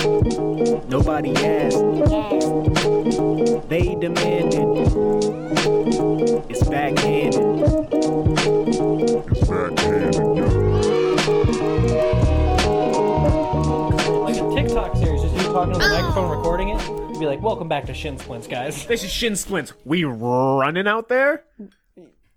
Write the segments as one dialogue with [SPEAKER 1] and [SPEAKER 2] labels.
[SPEAKER 1] Nobody asked, they demanded. It's backhanded.
[SPEAKER 2] It's backhanded, yo.
[SPEAKER 3] Like a TikTok series, just you talking to the microphone, recording it. You'd be like, "Welcome back to Shin Splints, guys."
[SPEAKER 4] This is Shin Splints. We running out there.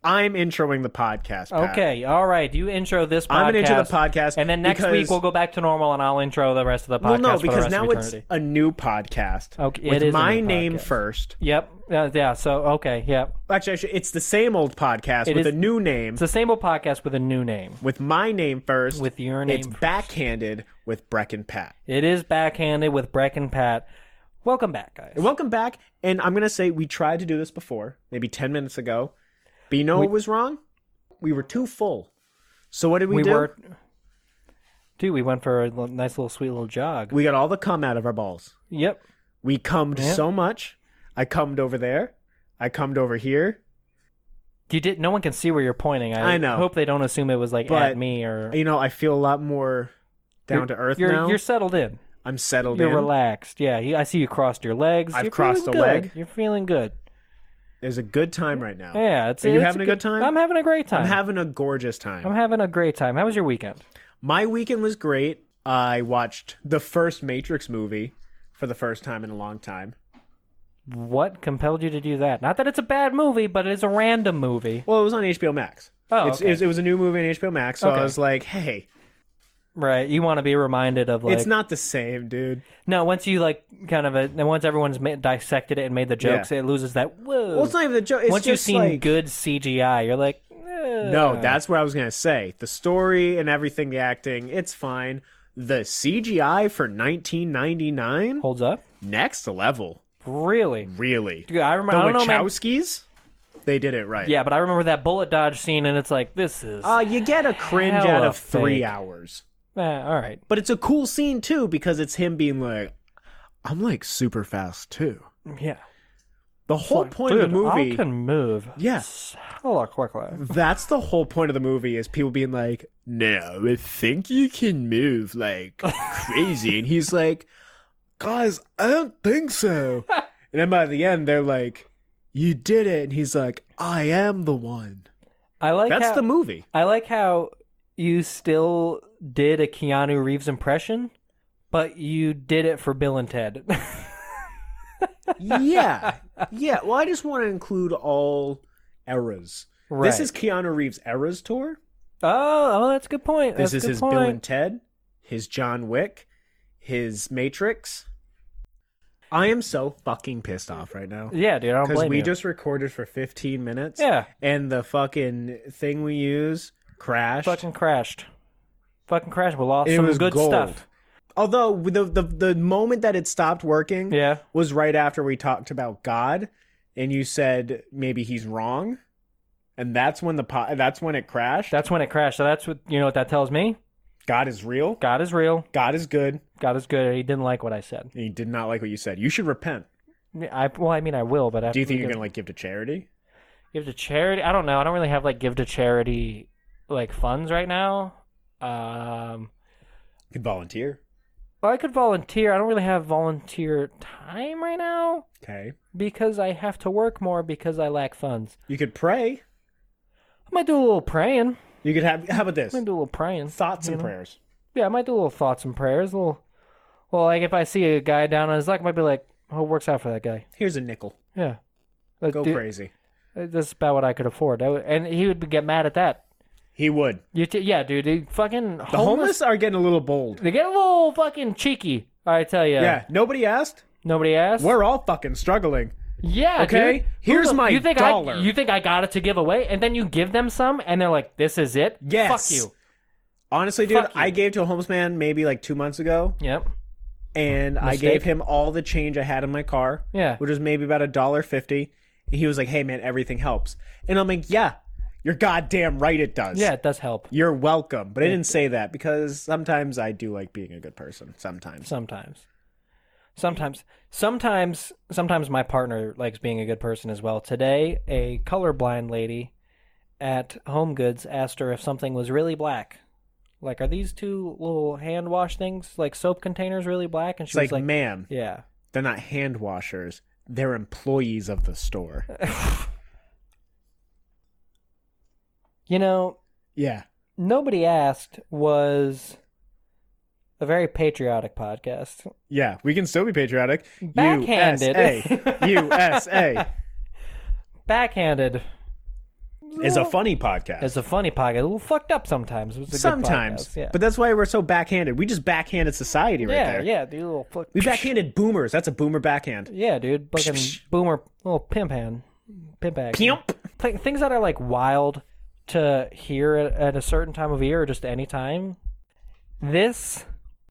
[SPEAKER 4] I'm introing the podcast. Pat.
[SPEAKER 3] Okay, all right. You intro this. podcast.
[SPEAKER 4] I'm gonna intro the podcast
[SPEAKER 3] and then next
[SPEAKER 4] because-
[SPEAKER 3] week we'll go back to normal, and I'll intro the rest of the podcast.
[SPEAKER 4] Well, no,
[SPEAKER 3] for the
[SPEAKER 4] because
[SPEAKER 3] rest
[SPEAKER 4] now
[SPEAKER 3] of
[SPEAKER 4] it's
[SPEAKER 3] eternity.
[SPEAKER 4] a new podcast.
[SPEAKER 3] Okay, it
[SPEAKER 4] with
[SPEAKER 3] is a
[SPEAKER 4] my
[SPEAKER 3] new
[SPEAKER 4] name
[SPEAKER 3] podcast.
[SPEAKER 4] first.
[SPEAKER 3] Yep. Uh, yeah. So okay. Yep.
[SPEAKER 4] Actually, actually, it's the same old podcast with
[SPEAKER 3] is-
[SPEAKER 4] a new name.
[SPEAKER 3] It's the same old podcast with a new name.
[SPEAKER 4] with my name first.
[SPEAKER 3] With your name
[SPEAKER 4] It's
[SPEAKER 3] first.
[SPEAKER 4] backhanded with Breck and Pat.
[SPEAKER 3] It is backhanded with Breck and Pat. Welcome back, guys.
[SPEAKER 4] Welcome back. And I'm gonna say we tried to do this before, maybe ten minutes ago. But you know what was wrong? We were too full. So what did we,
[SPEAKER 3] we
[SPEAKER 4] do?
[SPEAKER 3] were. Dude, we went for a l- nice little sweet little jog.
[SPEAKER 4] we got all the cum out of our balls.
[SPEAKER 3] yep.
[SPEAKER 4] We cummed
[SPEAKER 3] Yeah.
[SPEAKER 4] so much. I cummed over there. I cummed over here.
[SPEAKER 3] You did. No one can see where you're pointing. I,
[SPEAKER 4] I know.
[SPEAKER 3] Hope they don't assume it was like
[SPEAKER 4] But-
[SPEAKER 3] at me or
[SPEAKER 4] You know, I feel a lot more down to earth
[SPEAKER 3] You're
[SPEAKER 4] now.
[SPEAKER 3] you're settled in.
[SPEAKER 4] I'm settled
[SPEAKER 3] You're
[SPEAKER 4] in.
[SPEAKER 3] relaxed. Yeah, you, I see you crossed your legs.
[SPEAKER 4] I've
[SPEAKER 3] You're
[SPEAKER 4] crossed
[SPEAKER 3] feeling
[SPEAKER 4] a
[SPEAKER 3] good.
[SPEAKER 4] leg.
[SPEAKER 3] You're feeling good.
[SPEAKER 4] There's a good time right now.
[SPEAKER 3] Yeah, it's.
[SPEAKER 4] Are you
[SPEAKER 3] it's
[SPEAKER 4] having a good time?
[SPEAKER 3] I'm having a great time.
[SPEAKER 4] I'm having a gorgeous time.
[SPEAKER 3] I'm having a great time. How was your weekend?
[SPEAKER 4] My weekend was great. I watched the first Matrix movie for the first time in a long time.
[SPEAKER 3] What compelled you to do that? Not that it's a bad movie, but it is a random movie,
[SPEAKER 4] Well, it was on HBO Max.
[SPEAKER 3] Oh,
[SPEAKER 4] It's-
[SPEAKER 3] okay.
[SPEAKER 4] it, was, it was a new movie on HBO Max, so
[SPEAKER 3] Okay.
[SPEAKER 4] I was like, hey,
[SPEAKER 3] right? You want to be reminded of like
[SPEAKER 4] it's not the same, dude.
[SPEAKER 3] no. Once you like kind of a and once everyone's ma- dissected it and made the jokes, it loses that whoa.
[SPEAKER 4] Well, it's not even the joke. It's
[SPEAKER 3] once
[SPEAKER 4] just
[SPEAKER 3] you've seen
[SPEAKER 4] like,
[SPEAKER 3] good CGI, you're like eh.
[SPEAKER 4] No, that's what I was gonna say. The story and everything, the acting, it's fine. The CGI for 1999,
[SPEAKER 3] holds up.
[SPEAKER 4] next level,
[SPEAKER 3] Really,
[SPEAKER 4] really.
[SPEAKER 3] dude. I remember. I
[SPEAKER 4] the
[SPEAKER 3] don't know, man.
[SPEAKER 4] Wachowskis, they did it right.
[SPEAKER 3] Yeah, but I remember that bullet dodge scene, and it's like this is.
[SPEAKER 4] Uh, you get a cringe
[SPEAKER 3] Hella
[SPEAKER 4] out of three
[SPEAKER 3] fake.
[SPEAKER 4] hours.
[SPEAKER 3] Eh, all right.
[SPEAKER 4] But it's a cool scene too because it's him being like, "I'm like super fast too."
[SPEAKER 3] Yeah.
[SPEAKER 4] The whole point of the
[SPEAKER 3] I
[SPEAKER 4] movie,
[SPEAKER 3] can move.
[SPEAKER 4] Yeah.
[SPEAKER 3] Hella quickly.
[SPEAKER 4] that's the whole point of the movie, is people being like, "No, I think you can move like crazy," and he's like, "Guys, I don't think so." and then by the end, they're like, "You did it," and he's like, "I am the one."
[SPEAKER 3] I like
[SPEAKER 4] That's
[SPEAKER 3] how,
[SPEAKER 4] the movie.
[SPEAKER 3] I like how you still did a Keanu Reeves impression, but you did it for Bill and Ted.
[SPEAKER 4] yeah, yeah. Well, I just want to include all eras.
[SPEAKER 3] Right.
[SPEAKER 4] This is Keanu Reeves' eras tour.
[SPEAKER 3] oh, oh, that's a good point.
[SPEAKER 4] This is
[SPEAKER 3] That's a good
[SPEAKER 4] his
[SPEAKER 3] point.
[SPEAKER 4] Bill and Ted, his John Wick, his Matrix. I am so fucking pissed off right now
[SPEAKER 3] Yeah, dude. I don't
[SPEAKER 4] because
[SPEAKER 3] blame
[SPEAKER 4] we
[SPEAKER 3] you.
[SPEAKER 4] just recorded for 15 minutes.
[SPEAKER 3] Yeah.
[SPEAKER 4] and the fucking thing we use crashed.
[SPEAKER 3] fucking crashed. Fucking crashed. We lost
[SPEAKER 4] it
[SPEAKER 3] some
[SPEAKER 4] was
[SPEAKER 3] good
[SPEAKER 4] gold.
[SPEAKER 3] stuff.
[SPEAKER 4] Although the, the the moment that it stopped working,
[SPEAKER 3] Yeah.
[SPEAKER 4] was right after we talked about God, and you said maybe he's wrong, and that's when the po- that's when it crashed.
[SPEAKER 3] That's when it crashed. So that's what you know what that tells me.
[SPEAKER 4] God is real.
[SPEAKER 3] God is real.
[SPEAKER 4] God is good.
[SPEAKER 3] God is good. He didn't like what I said.
[SPEAKER 4] And he did not like what you said. You should repent.
[SPEAKER 3] I well, I mean, I will, but
[SPEAKER 4] Do you think you're
[SPEAKER 3] gonna?
[SPEAKER 4] gonna like give to charity?
[SPEAKER 3] give to charity i don't know i don't really have like give to charity like funds right now um
[SPEAKER 4] You could volunteer.
[SPEAKER 3] well, i could volunteer i don't really have volunteer time right now
[SPEAKER 4] Okay.
[SPEAKER 3] because i have to work more because i lack funds
[SPEAKER 4] You could pray.
[SPEAKER 3] i might do a little praying
[SPEAKER 4] You could have how about
[SPEAKER 3] i
[SPEAKER 4] this?
[SPEAKER 3] might do a little praying
[SPEAKER 4] Thoughts
[SPEAKER 3] you
[SPEAKER 4] and
[SPEAKER 3] know?
[SPEAKER 4] prayers.
[SPEAKER 3] yeah i might do a little thoughts and prayers a little well like if i see a guy down on his luck i might be like oh it works out for that guy
[SPEAKER 4] Here's a nickel.
[SPEAKER 3] yeah Like,
[SPEAKER 4] Go
[SPEAKER 3] dude,
[SPEAKER 4] crazy.
[SPEAKER 3] that's about what i could afford I would, and he would get mad at that
[SPEAKER 4] He would.
[SPEAKER 3] you t- yeah dude he fucking
[SPEAKER 4] The homeless are getting a little bold.
[SPEAKER 3] They get a little fucking cheeky. I tell you.
[SPEAKER 4] Yeah. Nobody asked.
[SPEAKER 3] Nobody asked.
[SPEAKER 4] We're all fucking struggling.
[SPEAKER 3] yeah.
[SPEAKER 4] Okay,
[SPEAKER 3] dude. Who
[SPEAKER 4] here's
[SPEAKER 3] the-
[SPEAKER 4] my
[SPEAKER 3] you think
[SPEAKER 4] dollar.
[SPEAKER 3] I, you think I got it to give away, and then you give them some, and they're like, "This is it."
[SPEAKER 4] Yes.
[SPEAKER 3] Fuck you.
[SPEAKER 4] Honestly, dude,
[SPEAKER 3] Fuck you.
[SPEAKER 4] I gave to a homeless man maybe like two months ago,
[SPEAKER 3] Yep.
[SPEAKER 4] and I
[SPEAKER 3] Mistake.
[SPEAKER 4] gave him all the change I had in my car.
[SPEAKER 3] Yeah.
[SPEAKER 4] Which was maybe about a dollar fifty. And he was like, Hey man, everything helps. And I'm like, Yeah, you're goddamn right it does.
[SPEAKER 3] Yeah, it does help
[SPEAKER 4] You're welcome. But I didn't say that because sometimes I do like being a good person. Sometimes.
[SPEAKER 3] sometimes. Sometimes, sometimes, sometimes my partner likes being a good person as well. Today, a colorblind lady at Home Goods asked her if something was really black, Like, are these two little hand wash things, like soap containers, really black? And
[SPEAKER 4] It's
[SPEAKER 3] she was
[SPEAKER 4] like,
[SPEAKER 3] like,
[SPEAKER 4] ma'am,
[SPEAKER 3] yeah.
[SPEAKER 4] they're not hand washers. They're employees of the store.
[SPEAKER 3] You know,
[SPEAKER 4] yeah.
[SPEAKER 3] Nobody Asked was a very patriotic podcast.
[SPEAKER 4] Yeah. We can still be patriotic.
[SPEAKER 3] Backhanded.
[SPEAKER 4] USA. USA
[SPEAKER 3] Backhanded
[SPEAKER 4] is a funny podcast.
[SPEAKER 3] is a funny podcast. A little fucked up sometimes. It's a good
[SPEAKER 4] Sometimes.
[SPEAKER 3] podcast, yeah.
[SPEAKER 4] But that's why we're so backhanded. We just backhanded society right
[SPEAKER 3] yeah,
[SPEAKER 4] there.
[SPEAKER 3] yeah, dude, little fuck.
[SPEAKER 4] We backhanded boomers. That's a boomer backhand.
[SPEAKER 3] Yeah, dude, fucking boomer, little pimp hand, pimp action.
[SPEAKER 4] Pimp.
[SPEAKER 3] Th- things that are like wild to hear at, at a certain time of year or just any time. This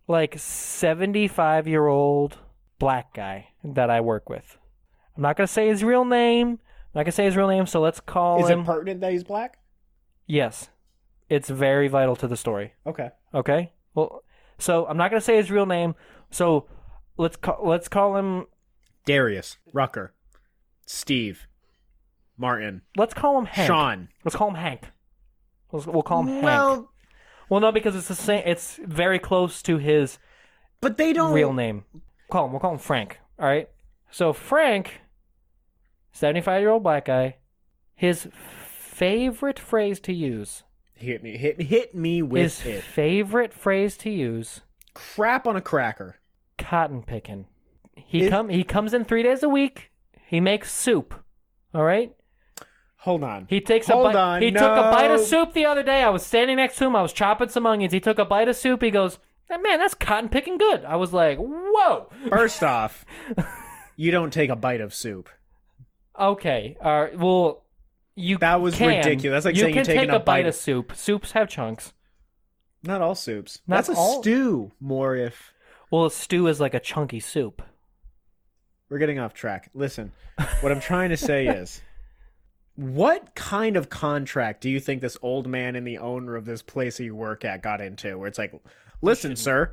[SPEAKER 3] like 75 year old black guy that I work with. I'm not going to say his real name. I'm not going to say his real name, so let's call
[SPEAKER 4] Is
[SPEAKER 3] him.
[SPEAKER 4] it pertinent that he's black?
[SPEAKER 3] yes. It's very vital to the story.
[SPEAKER 4] Okay.
[SPEAKER 3] Okay? Well, so I'm not going to say his real name. So let's call, let's call him
[SPEAKER 4] Darius, Rucker, Steve, Martin,
[SPEAKER 3] let's call him Hank.
[SPEAKER 4] Sean.
[SPEAKER 3] Let's call him Hank. Let's, we'll call him Hank.
[SPEAKER 4] Well,
[SPEAKER 3] Well, no, because it's the same. It's very close to his
[SPEAKER 4] but they don't.
[SPEAKER 3] real name. Call him. We'll call him Frank. All right. So Frank, seventy-five-year-old black guy, his favorite phrase to use,
[SPEAKER 4] hit me, hit, hit me with
[SPEAKER 3] his
[SPEAKER 4] it.
[SPEAKER 3] favorite phrase to use,
[SPEAKER 4] Crap on a cracker.
[SPEAKER 3] cotton picking. He
[SPEAKER 4] Is-
[SPEAKER 3] come. He comes in three days a week. He makes soup. All right.
[SPEAKER 4] Hold on.
[SPEAKER 3] He takes
[SPEAKER 4] Hold
[SPEAKER 3] a bite.
[SPEAKER 4] on.
[SPEAKER 3] He took a bite of
[SPEAKER 4] No.
[SPEAKER 3] soup the other day. I was standing next to him. I was chopping some onions. He took a bite of soup. He goes, "Ah, "Man, that's cotton picking good." I was like, "Whoa."
[SPEAKER 4] First off, you don't take a bite of soup.
[SPEAKER 3] Okay. All right. Well, you
[SPEAKER 4] That was
[SPEAKER 3] can.
[SPEAKER 4] ridiculous. That's like
[SPEAKER 3] you
[SPEAKER 4] saying
[SPEAKER 3] can
[SPEAKER 4] taking
[SPEAKER 3] take
[SPEAKER 4] a
[SPEAKER 3] a bite
[SPEAKER 4] bite-
[SPEAKER 3] of soup. Soups have chunks.
[SPEAKER 4] Not all soups.
[SPEAKER 3] Not
[SPEAKER 4] That's a
[SPEAKER 3] all-
[SPEAKER 4] stew. More if
[SPEAKER 3] Well, a stew is like a chunky soup.
[SPEAKER 4] we're getting off track. Listen, what I'm trying to say is, what kind of contract do you think this old man and the owner of this place that you work at got into? Where it's like, listen, sir,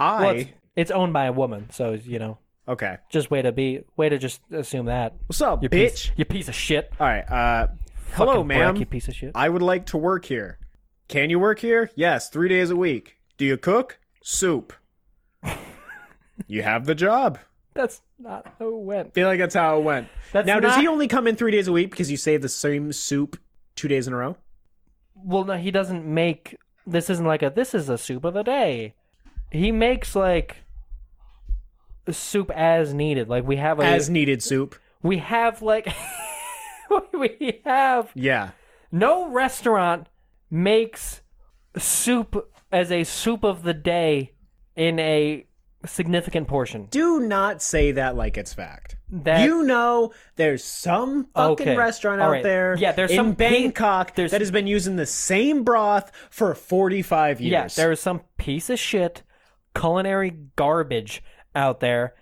[SPEAKER 4] I
[SPEAKER 3] Well, it's, it's owned by a woman, so you know.
[SPEAKER 4] okay.
[SPEAKER 3] Just way to be way to just assume that.
[SPEAKER 4] What's up,
[SPEAKER 3] You
[SPEAKER 4] bitch?
[SPEAKER 3] Piece, you piece of shit.
[SPEAKER 4] All right. Uh, hello,
[SPEAKER 3] Fucking
[SPEAKER 4] ma'am.
[SPEAKER 3] Bracky piece of shit.
[SPEAKER 4] I would like to work here. Can you work here? Yes, three days a week. Do you cook? Soup. you have the job.
[SPEAKER 3] That's not how it went.
[SPEAKER 4] feel like that's how it went.
[SPEAKER 3] That's
[SPEAKER 4] now, does
[SPEAKER 3] not-
[SPEAKER 4] he only come in three days a week because you save the same soup two days in a row?
[SPEAKER 3] Well, no, he doesn't make. This isn't like a. This is a soup of the day. He makes like soup as needed. Like we have a.
[SPEAKER 4] As needed soup.
[SPEAKER 3] we have like. we have
[SPEAKER 4] Yeah.
[SPEAKER 3] no restaurant makes soup as a soup of the day in a significant portion.
[SPEAKER 4] Do not say that like it's fact.
[SPEAKER 3] That-
[SPEAKER 4] you know, there's some fucking
[SPEAKER 3] Okay.
[SPEAKER 4] restaurant
[SPEAKER 3] All
[SPEAKER 4] out
[SPEAKER 3] right.
[SPEAKER 4] there
[SPEAKER 3] Yeah, there's
[SPEAKER 4] in
[SPEAKER 3] some pe-
[SPEAKER 4] Bangkok
[SPEAKER 3] there's-
[SPEAKER 4] that has been using the same broth for 45 years.
[SPEAKER 3] Yeah, there is some piece of shit culinary garbage out there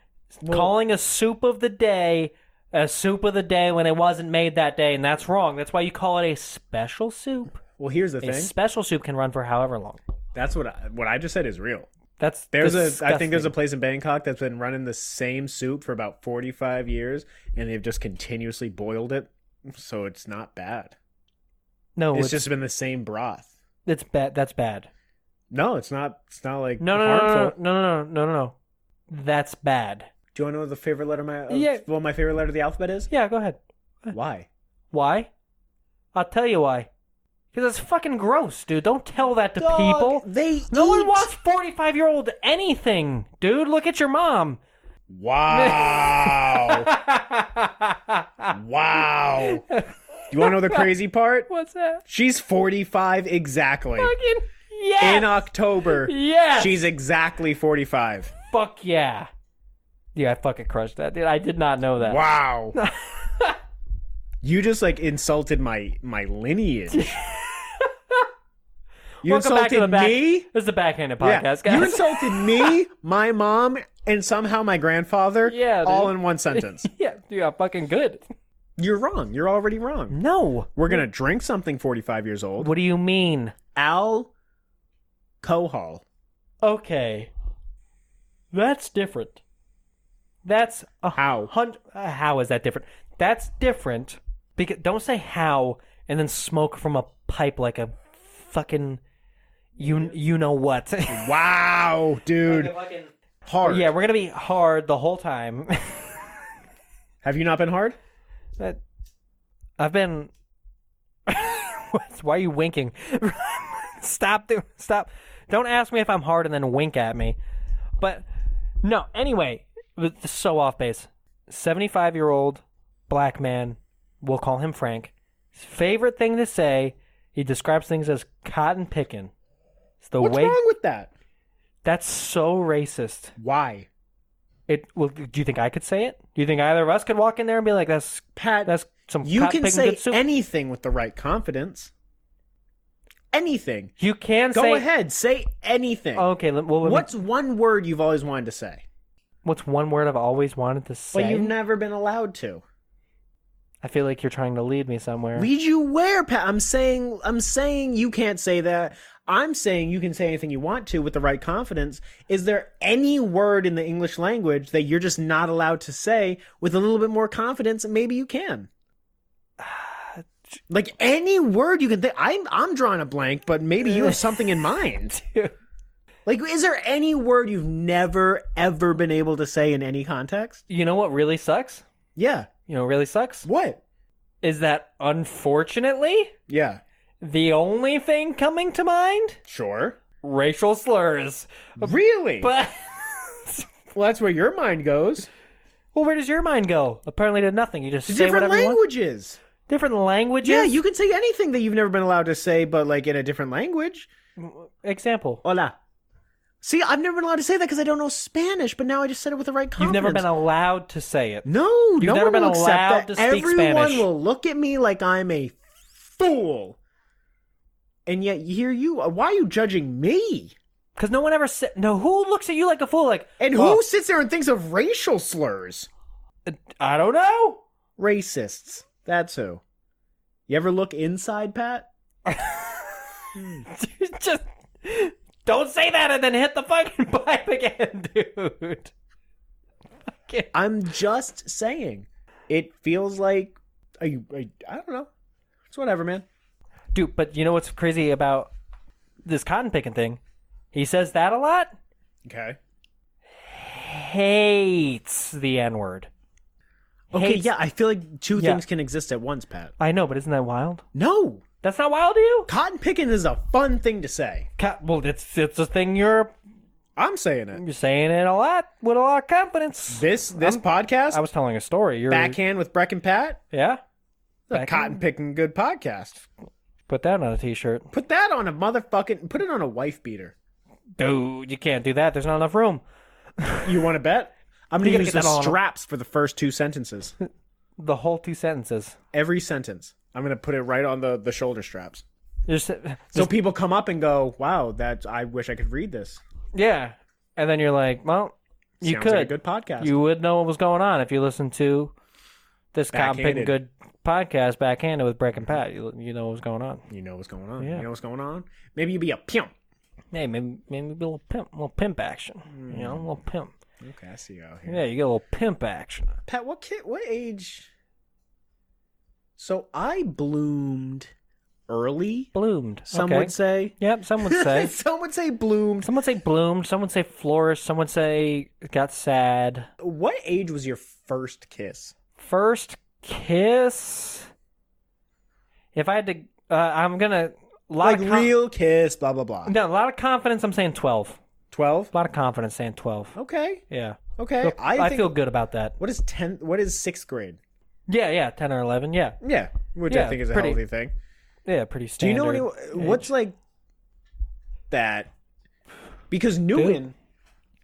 [SPEAKER 3] calling a soup of the day a soup of the day when it wasn't made that day, and that's wrong. That's why you call it a special soup.
[SPEAKER 4] well, here's the thing.
[SPEAKER 3] A special soup can run for however long.
[SPEAKER 4] That's what I, what I just said is real.
[SPEAKER 3] That's
[SPEAKER 4] There's a I
[SPEAKER 3] disgusting.
[SPEAKER 4] think there's a place in Bangkok that's been running the same soup for about 45 years and they've just continuously boiled it so it's not bad.
[SPEAKER 3] no.
[SPEAKER 4] it's
[SPEAKER 3] it's
[SPEAKER 4] just been the same broth.
[SPEAKER 3] it's bad. That's bad.
[SPEAKER 4] No, it's not it's not like
[SPEAKER 3] No, no,
[SPEAKER 4] harmful.
[SPEAKER 3] no, no, no, no, no, no, no. That's bad.
[SPEAKER 4] Do you want to know what the favorite letter of my of-
[SPEAKER 3] Yeah.
[SPEAKER 4] well my favorite letter of the alphabet is?
[SPEAKER 3] Yeah, go ahead.
[SPEAKER 4] Why?
[SPEAKER 3] Why? I'll tell you why. Because it's fucking gross, dude. Don't tell that to
[SPEAKER 4] Dog,
[SPEAKER 3] people.
[SPEAKER 4] They
[SPEAKER 3] No
[SPEAKER 4] eat-
[SPEAKER 3] one wants 45 year old anything, dude. Look at your mom.
[SPEAKER 4] Wow. wow. You want to know the crazy part?
[SPEAKER 3] What's that?
[SPEAKER 4] She's 45 exactly.
[SPEAKER 3] Fucking yes.
[SPEAKER 4] In October.
[SPEAKER 3] Yes.
[SPEAKER 4] She's exactly 45.
[SPEAKER 3] Fuck yeah. Yeah, I fucking crushed that, dude. I did not know that.
[SPEAKER 4] Wow. you just like insulted my my lineage. you
[SPEAKER 3] Welcome back to the
[SPEAKER 4] insulted
[SPEAKER 3] back.
[SPEAKER 4] me?
[SPEAKER 3] This is the backhanded
[SPEAKER 4] Yeah.
[SPEAKER 3] podcast, guys.
[SPEAKER 4] You insulted me, my mom, and somehow my grandfather
[SPEAKER 3] Yeah, dude.
[SPEAKER 4] all in one sentence.
[SPEAKER 3] yeah, dude, I'm fucking good.
[SPEAKER 4] You're wrong. You're already wrong.
[SPEAKER 3] No.
[SPEAKER 4] We're going to drink something 45 years old.
[SPEAKER 3] What do you mean?
[SPEAKER 4] Al Cohol.
[SPEAKER 3] Okay. That's different. That's a
[SPEAKER 4] How?
[SPEAKER 3] Hun- uh, how is that different? That's different because don't say how and then smoke from a pipe like a fucking you you know what.
[SPEAKER 4] Wow, dude. Hard.
[SPEAKER 3] yeah, we're gonna be hard the whole time.
[SPEAKER 4] Have you not been hard?
[SPEAKER 3] But I've been. What? Why are you winking? stop! Do, stop! Don't ask me if I'm hard and then wink at me. But no. Anyway, but this is so off base. Seventy-five-year-old black man. We'll call him Frank. His favorite thing to say. He describes things as cotton picking. It's the
[SPEAKER 4] What's
[SPEAKER 3] way
[SPEAKER 4] wrong with that?
[SPEAKER 3] that's so racist.
[SPEAKER 4] Why?
[SPEAKER 3] It. Well, do you think I could say it? Do you think either of us could walk in there and be like, "That's
[SPEAKER 4] Pat,
[SPEAKER 3] that's some
[SPEAKER 4] you
[SPEAKER 3] cotton
[SPEAKER 4] can
[SPEAKER 3] picking
[SPEAKER 4] say
[SPEAKER 3] good soup"?
[SPEAKER 4] anything with the right confidence. Anything.
[SPEAKER 3] You can
[SPEAKER 4] Go
[SPEAKER 3] say
[SPEAKER 4] ahead, say anything.
[SPEAKER 3] Okay, let- well, let me-
[SPEAKER 4] What's one word you've always wanted to say,
[SPEAKER 3] what's one word I've always wanted to say?
[SPEAKER 4] but you've never been allowed to?
[SPEAKER 3] I feel like you're trying to lead me somewhere.
[SPEAKER 4] Lead you where, Pat? I'm saying, I'm saying you can't say that. I'm saying you can say anything you want to with the right confidence. Is there any word in the English language that you're just not allowed to say with a little bit more confidence? Maybe you can. Like any word you can think. I'm I'm drawing a blank, but maybe you have something in mind. Like, is there any word you've never ever been able to say in any context?
[SPEAKER 3] you know what really sucks?
[SPEAKER 4] Yeah.
[SPEAKER 3] You know what really sucks
[SPEAKER 4] What?
[SPEAKER 3] is that unfortunately
[SPEAKER 4] Yeah.
[SPEAKER 3] the only thing coming to mind
[SPEAKER 4] Sure.
[SPEAKER 3] racial slurs.
[SPEAKER 4] Really?
[SPEAKER 3] But
[SPEAKER 4] well, that's where your mind goes.
[SPEAKER 3] well, where does your mind go? Apparently to nothing. You just
[SPEAKER 4] To
[SPEAKER 3] say
[SPEAKER 4] different
[SPEAKER 3] whatever you want.
[SPEAKER 4] languages.
[SPEAKER 3] Different languages.
[SPEAKER 4] Yeah, you can say anything that you've never been allowed to say, but like in a different language.
[SPEAKER 3] example.
[SPEAKER 4] Hola. See, I've never been allowed to say that because I don't know Spanish, but now I just said it with the right
[SPEAKER 3] You've
[SPEAKER 4] confidence.
[SPEAKER 3] never been allowed to say it.
[SPEAKER 4] No, no
[SPEAKER 3] never
[SPEAKER 4] one
[SPEAKER 3] been
[SPEAKER 4] will accept
[SPEAKER 3] allowed
[SPEAKER 4] that.
[SPEAKER 3] to speak
[SPEAKER 4] Everyone
[SPEAKER 3] Spanish.
[SPEAKER 4] will look at me like I'm a fool. And yet, here you are. Why are you judging me?
[SPEAKER 3] Because no one ever said. No, who looks at you like a fool? Like,
[SPEAKER 4] And who
[SPEAKER 3] "Oh,
[SPEAKER 4] sits there and thinks of racial slurs?
[SPEAKER 3] "Uh, I don't know.
[SPEAKER 4] Racists. That's who. You ever look inside, Pat?
[SPEAKER 3] just don't say that and then hit the fucking pipe again, dude. Fucking-
[SPEAKER 4] I'm just saying. It feels like I, I, I don't know. It's whatever, man.
[SPEAKER 3] Dude, but you know what's crazy about this cotton picking thing? He says that a lot,
[SPEAKER 4] Okay.
[SPEAKER 3] hates the N word.
[SPEAKER 4] Okay,
[SPEAKER 3] Hates-
[SPEAKER 4] yeah, I feel like two
[SPEAKER 3] Yeah.
[SPEAKER 4] things can exist at once, Pat.
[SPEAKER 3] I know, but isn't that wild?
[SPEAKER 4] No.
[SPEAKER 3] That's not wild to you?
[SPEAKER 4] Cotton picking is a fun thing to say.
[SPEAKER 3] Co- well, it's, it's a thing you're,
[SPEAKER 4] I'm saying it.
[SPEAKER 3] you're saying it a lot with a lot of confidence.
[SPEAKER 4] This this podcast,
[SPEAKER 3] I was telling a story. You're,
[SPEAKER 4] backhand with Breck and Pat,
[SPEAKER 3] Yeah?
[SPEAKER 4] a
[SPEAKER 3] Backhand?
[SPEAKER 4] cotton picking good podcast.
[SPEAKER 3] Put that on a t shirt.
[SPEAKER 4] Put that on a motherfucking. Put it on a wife beater.
[SPEAKER 3] Dude, you can't do that. There's not enough room.
[SPEAKER 4] You want to bet? I'm gonna
[SPEAKER 3] You gotta
[SPEAKER 4] use the
[SPEAKER 3] get that all on-
[SPEAKER 4] straps for the first two sentences.
[SPEAKER 3] The whole two sentences.
[SPEAKER 4] Every sentence, I'm gonna put it right on the the shoulder straps.
[SPEAKER 3] Just,
[SPEAKER 4] So people come up and go, "Wow, that I wish I could read this."
[SPEAKER 3] Yeah. And then you're like, well, you
[SPEAKER 4] Sounds
[SPEAKER 3] could.
[SPEAKER 4] like a good podcast.
[SPEAKER 3] You would know what was going on if you listened to this Cotton Picking
[SPEAKER 4] Backhanded.
[SPEAKER 3] Good podcast backhanded with Breck and Pat. You, you know what was going on.
[SPEAKER 4] You know what's going on.
[SPEAKER 3] Yeah.
[SPEAKER 4] You know what's going on. Maybe you'd be a pimp.
[SPEAKER 3] Hey, maybe, maybe a little pimp, little pimp action. You know, a little pimp.
[SPEAKER 4] Okay, I see you out here.
[SPEAKER 3] Yeah, you get a little pimp action.
[SPEAKER 4] Pat, what kid? What age? So I bloomed early.
[SPEAKER 3] Bloomed.
[SPEAKER 4] Some
[SPEAKER 3] okay.
[SPEAKER 4] would say.
[SPEAKER 3] Yep, some would say.
[SPEAKER 4] some would say bloomed.
[SPEAKER 3] some would say bloomed. Some would say flourished. Some would say got sad.
[SPEAKER 4] What age was your first kiss?
[SPEAKER 3] First kiss. If I had to, uh, I'm gonna. Lot
[SPEAKER 4] Like
[SPEAKER 3] of com-
[SPEAKER 4] real kiss, blah blah blah.
[SPEAKER 3] No, a lot of confidence. I'm saying twelve.
[SPEAKER 4] Twelve.
[SPEAKER 3] A lot of confidence saying twelve.
[SPEAKER 4] Okay.
[SPEAKER 3] Yeah.
[SPEAKER 4] Okay.
[SPEAKER 3] Look,
[SPEAKER 4] I,
[SPEAKER 3] I,
[SPEAKER 4] think,
[SPEAKER 3] feel good about that.
[SPEAKER 4] What is ten? What is sixth grade?
[SPEAKER 3] Yeah, yeah, ten or eleven. Yeah,
[SPEAKER 4] Yeah, which
[SPEAKER 3] Yeah,
[SPEAKER 4] I think is a
[SPEAKER 3] pretty
[SPEAKER 4] healthy thing.
[SPEAKER 3] yeah, pretty
[SPEAKER 4] Do you
[SPEAKER 3] standard.
[SPEAKER 4] know any? What's like that? Because Newton,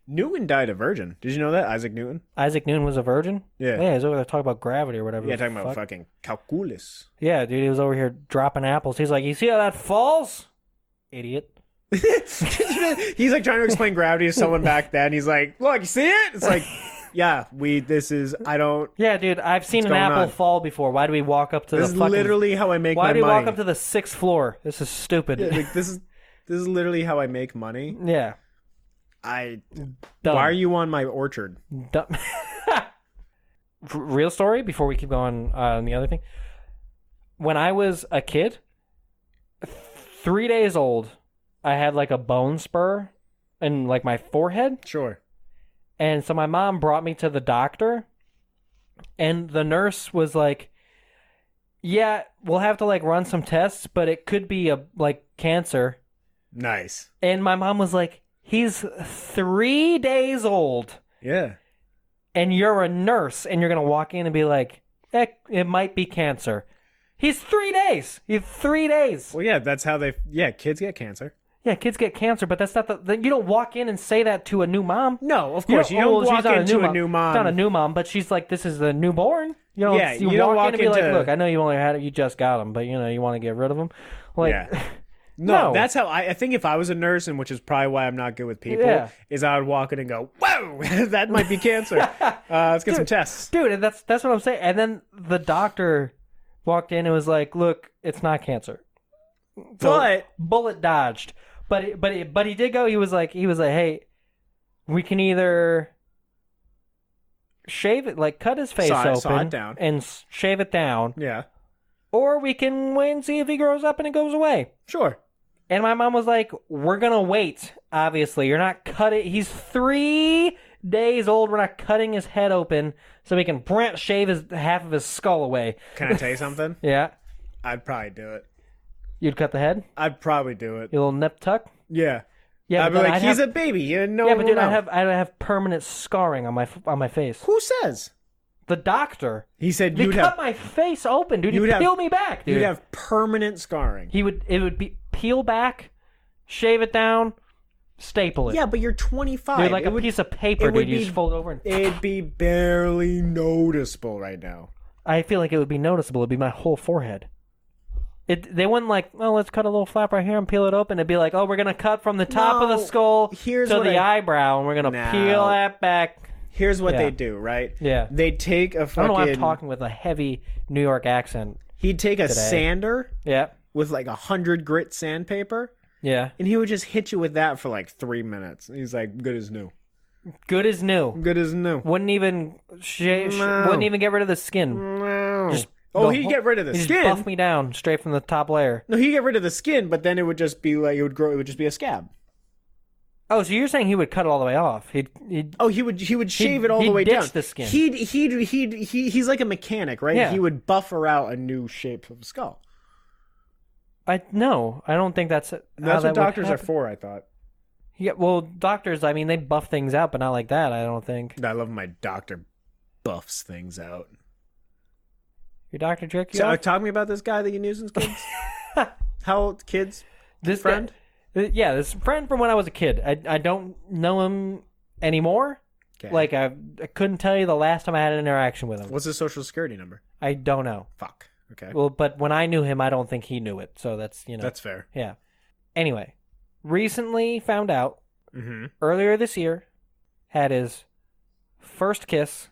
[SPEAKER 4] Newton died a virgin. Did you know that Isaac Newton?
[SPEAKER 3] Isaac Newton was a virgin?
[SPEAKER 4] Yeah.
[SPEAKER 3] yeah, he's over there talking about gravity or whatever.
[SPEAKER 4] Yeah,
[SPEAKER 3] the
[SPEAKER 4] talking about
[SPEAKER 3] fuck.
[SPEAKER 4] fucking calculus.
[SPEAKER 3] Yeah, dude, he was over here dropping apples. He's like, you see how that falls, idiot.
[SPEAKER 4] he's like trying to explain gravity to someone back then. He's like, "Look, you see it?" It's like, "Yeah, we. This is. I don't.
[SPEAKER 3] Yeah, dude, I've seen an
[SPEAKER 4] going
[SPEAKER 3] apple
[SPEAKER 4] on?
[SPEAKER 3] fall before. Why do we walk up to
[SPEAKER 4] This
[SPEAKER 3] the
[SPEAKER 4] is
[SPEAKER 3] fucking?
[SPEAKER 4] literally how I make
[SPEAKER 3] why
[SPEAKER 4] my
[SPEAKER 3] do we
[SPEAKER 4] money.
[SPEAKER 3] walk up to the sixth floor? This is stupid.
[SPEAKER 4] Yeah,
[SPEAKER 3] Yeah,
[SPEAKER 4] like, this is this is literally how I make money. I.
[SPEAKER 3] dumb.
[SPEAKER 4] Why are you on my orchard?
[SPEAKER 3] Dumb. R- Real story before we keep going uh, on the other thing. When I was a kid, th- three days old, I had like a bone spur in like my forehead.
[SPEAKER 4] Sure.
[SPEAKER 3] And so my mom brought me to the doctor, and the nurse was like, "Yeah, we'll have to like run some tests, but it could be a like cancer."
[SPEAKER 4] Nice.
[SPEAKER 3] And my mom was like, "He's 3 days old
[SPEAKER 4] Yeah.
[SPEAKER 3] and you're a nurse and you're going to walk in and be like, "Heck, it might be cancer." He's 3 days. He's 3 days.
[SPEAKER 4] Well, yeah, that's how they. Yeah, kids get cancer.
[SPEAKER 3] Yeah, kids get cancer, but that's not the, the you don't walk in and say that to a new mom.
[SPEAKER 4] No, of course you don't,
[SPEAKER 3] well,
[SPEAKER 4] walk
[SPEAKER 3] she's not
[SPEAKER 4] into a new,
[SPEAKER 3] It's
[SPEAKER 4] mom.
[SPEAKER 3] not a new mom, but she's like, this is the newborn. You know,
[SPEAKER 4] Yeah,
[SPEAKER 3] you,
[SPEAKER 4] you
[SPEAKER 3] walk,
[SPEAKER 4] don't
[SPEAKER 3] in and be
[SPEAKER 4] walk
[SPEAKER 3] like,
[SPEAKER 4] into-
[SPEAKER 3] look, I know you only had you just got him, but you know you want to get rid of him. Like,
[SPEAKER 4] Yeah. no,
[SPEAKER 3] No.
[SPEAKER 4] that's how I, I think if I was a nurse, and which is probably why I'm not good with people,
[SPEAKER 3] Yeah.
[SPEAKER 4] is I would walk in and go, "Whoa, that might be cancer. uh, let's get some tests."
[SPEAKER 3] dude, and that's that's what I'm saying. And then the doctor walked in and was like, look, it's not cancer.
[SPEAKER 4] But
[SPEAKER 3] bullet dodged. But it, but it, but he did go. He was like he was like, hey, we can either shave it, like cut his face
[SPEAKER 4] Saw it-
[SPEAKER 3] open
[SPEAKER 4] saw it down.
[SPEAKER 3] and s- shave it down,
[SPEAKER 4] yeah,
[SPEAKER 3] or we can wait and see if he grows up and it goes away.
[SPEAKER 4] sure.
[SPEAKER 3] And my mom was like, "We're gonna wait. Obviously, you're not cutting. He's three days old. We're not cutting his head open so we can brant shave his half of his skull away."
[SPEAKER 4] Can I tell you something?
[SPEAKER 3] Yeah,
[SPEAKER 4] I'd probably do it.
[SPEAKER 3] you'd cut the head,
[SPEAKER 4] I'd probably do it.
[SPEAKER 3] you little nip tuck.
[SPEAKER 4] Yeah,
[SPEAKER 3] Yeah,
[SPEAKER 4] I'd be
[SPEAKER 3] but then
[SPEAKER 4] like,
[SPEAKER 3] I'd
[SPEAKER 4] "He's
[SPEAKER 3] have-
[SPEAKER 4] a baby. You know,
[SPEAKER 3] yeah, but dude,
[SPEAKER 4] no."
[SPEAKER 3] I'd have I'd have permanent scarring on my f- on my face.
[SPEAKER 4] who says?
[SPEAKER 3] The doctor,
[SPEAKER 4] He said
[SPEAKER 3] they
[SPEAKER 4] you'd
[SPEAKER 3] cut
[SPEAKER 4] have
[SPEAKER 3] my face open, dude. He
[SPEAKER 4] you'd have-
[SPEAKER 3] peeled me back, dude.
[SPEAKER 4] you'd have permanent scarring.
[SPEAKER 3] He would it would be peel back, shave it down, staple it.
[SPEAKER 4] Yeah, but you're 25.
[SPEAKER 3] Dude, like
[SPEAKER 4] It
[SPEAKER 3] a
[SPEAKER 4] would-
[SPEAKER 3] piece of paper,
[SPEAKER 4] would
[SPEAKER 3] dude. You
[SPEAKER 4] be-
[SPEAKER 3] just fold it over, and
[SPEAKER 4] It'd be barely noticeable right now.
[SPEAKER 3] I feel like it would be noticeable. It'd be my whole forehead. It they wouldn't like, oh, let's cut a little flap right here and peel it open. It'd be like, oh, we're gonna cut from the top of
[SPEAKER 4] No,
[SPEAKER 3] the skull
[SPEAKER 4] here's
[SPEAKER 3] to
[SPEAKER 4] what
[SPEAKER 3] the
[SPEAKER 4] I-
[SPEAKER 3] eyebrow, and we're gonna
[SPEAKER 4] No.
[SPEAKER 3] peel that back.
[SPEAKER 4] Here's what
[SPEAKER 3] Yeah.
[SPEAKER 4] they do, right?
[SPEAKER 3] Yeah.
[SPEAKER 4] They take a
[SPEAKER 3] I don't
[SPEAKER 4] fucking.
[SPEAKER 3] know why I'm talking with a heavy New York accent.
[SPEAKER 4] He'd take a sander
[SPEAKER 3] Yeah,
[SPEAKER 4] with like a hundred grit sandpaper,
[SPEAKER 3] yeah.
[SPEAKER 4] and he would just hit you with that for like three minutes. And he's like, "Good as new.
[SPEAKER 3] Good as new.
[SPEAKER 4] Good as new."
[SPEAKER 3] Wouldn't even shave.
[SPEAKER 4] No.
[SPEAKER 3] Wouldn't even get rid of the skin.
[SPEAKER 4] No.
[SPEAKER 3] Just
[SPEAKER 4] oh,
[SPEAKER 3] the
[SPEAKER 4] he'd
[SPEAKER 3] whole-
[SPEAKER 4] get rid of the
[SPEAKER 3] He just
[SPEAKER 4] skin.
[SPEAKER 3] buff me down straight from the top layer.
[SPEAKER 4] No, he'd get rid of the skin, but then it would just be like it would grow. It would just be a scab.
[SPEAKER 3] Oh, so you're saying he would cut it all the way off? He'd, he'd
[SPEAKER 4] Oh, he would he would shave it all
[SPEAKER 3] he'd
[SPEAKER 4] the way
[SPEAKER 3] ditch
[SPEAKER 4] down.
[SPEAKER 3] the skin.
[SPEAKER 4] He'd he'd he'd he he's like a mechanic, right?
[SPEAKER 3] Yeah.
[SPEAKER 4] He would buffer out a new shape of skull.
[SPEAKER 3] I no, I don't think that's that's
[SPEAKER 4] That's
[SPEAKER 3] that
[SPEAKER 4] what
[SPEAKER 3] would
[SPEAKER 4] doctors are
[SPEAKER 3] happen.
[SPEAKER 4] for. I thought.
[SPEAKER 3] Yeah, well, doctors, I mean, they buff things out, but not like that, I don't think.
[SPEAKER 4] I love when my doctor buffs things out.
[SPEAKER 3] Your doctor jerk you
[SPEAKER 4] So, uh,
[SPEAKER 3] off?
[SPEAKER 4] talk to me about this guy that you knew since kids. How old kids?
[SPEAKER 3] This
[SPEAKER 4] friend?
[SPEAKER 3] guy- th- yeah, this friend from when I was a kid. I, I don't know him anymore. Like, I, I couldn't tell you the last time I had an interaction with him.
[SPEAKER 4] what's his social security number?
[SPEAKER 3] I don't know.
[SPEAKER 4] Fuck. Okay,
[SPEAKER 3] Well, but when I knew him, I don't think he knew it. So that's, you know.
[SPEAKER 4] that's fair.
[SPEAKER 3] Yeah. Anyway, recently found out
[SPEAKER 4] Mm-hmm.
[SPEAKER 3] earlier this year had his first kiss,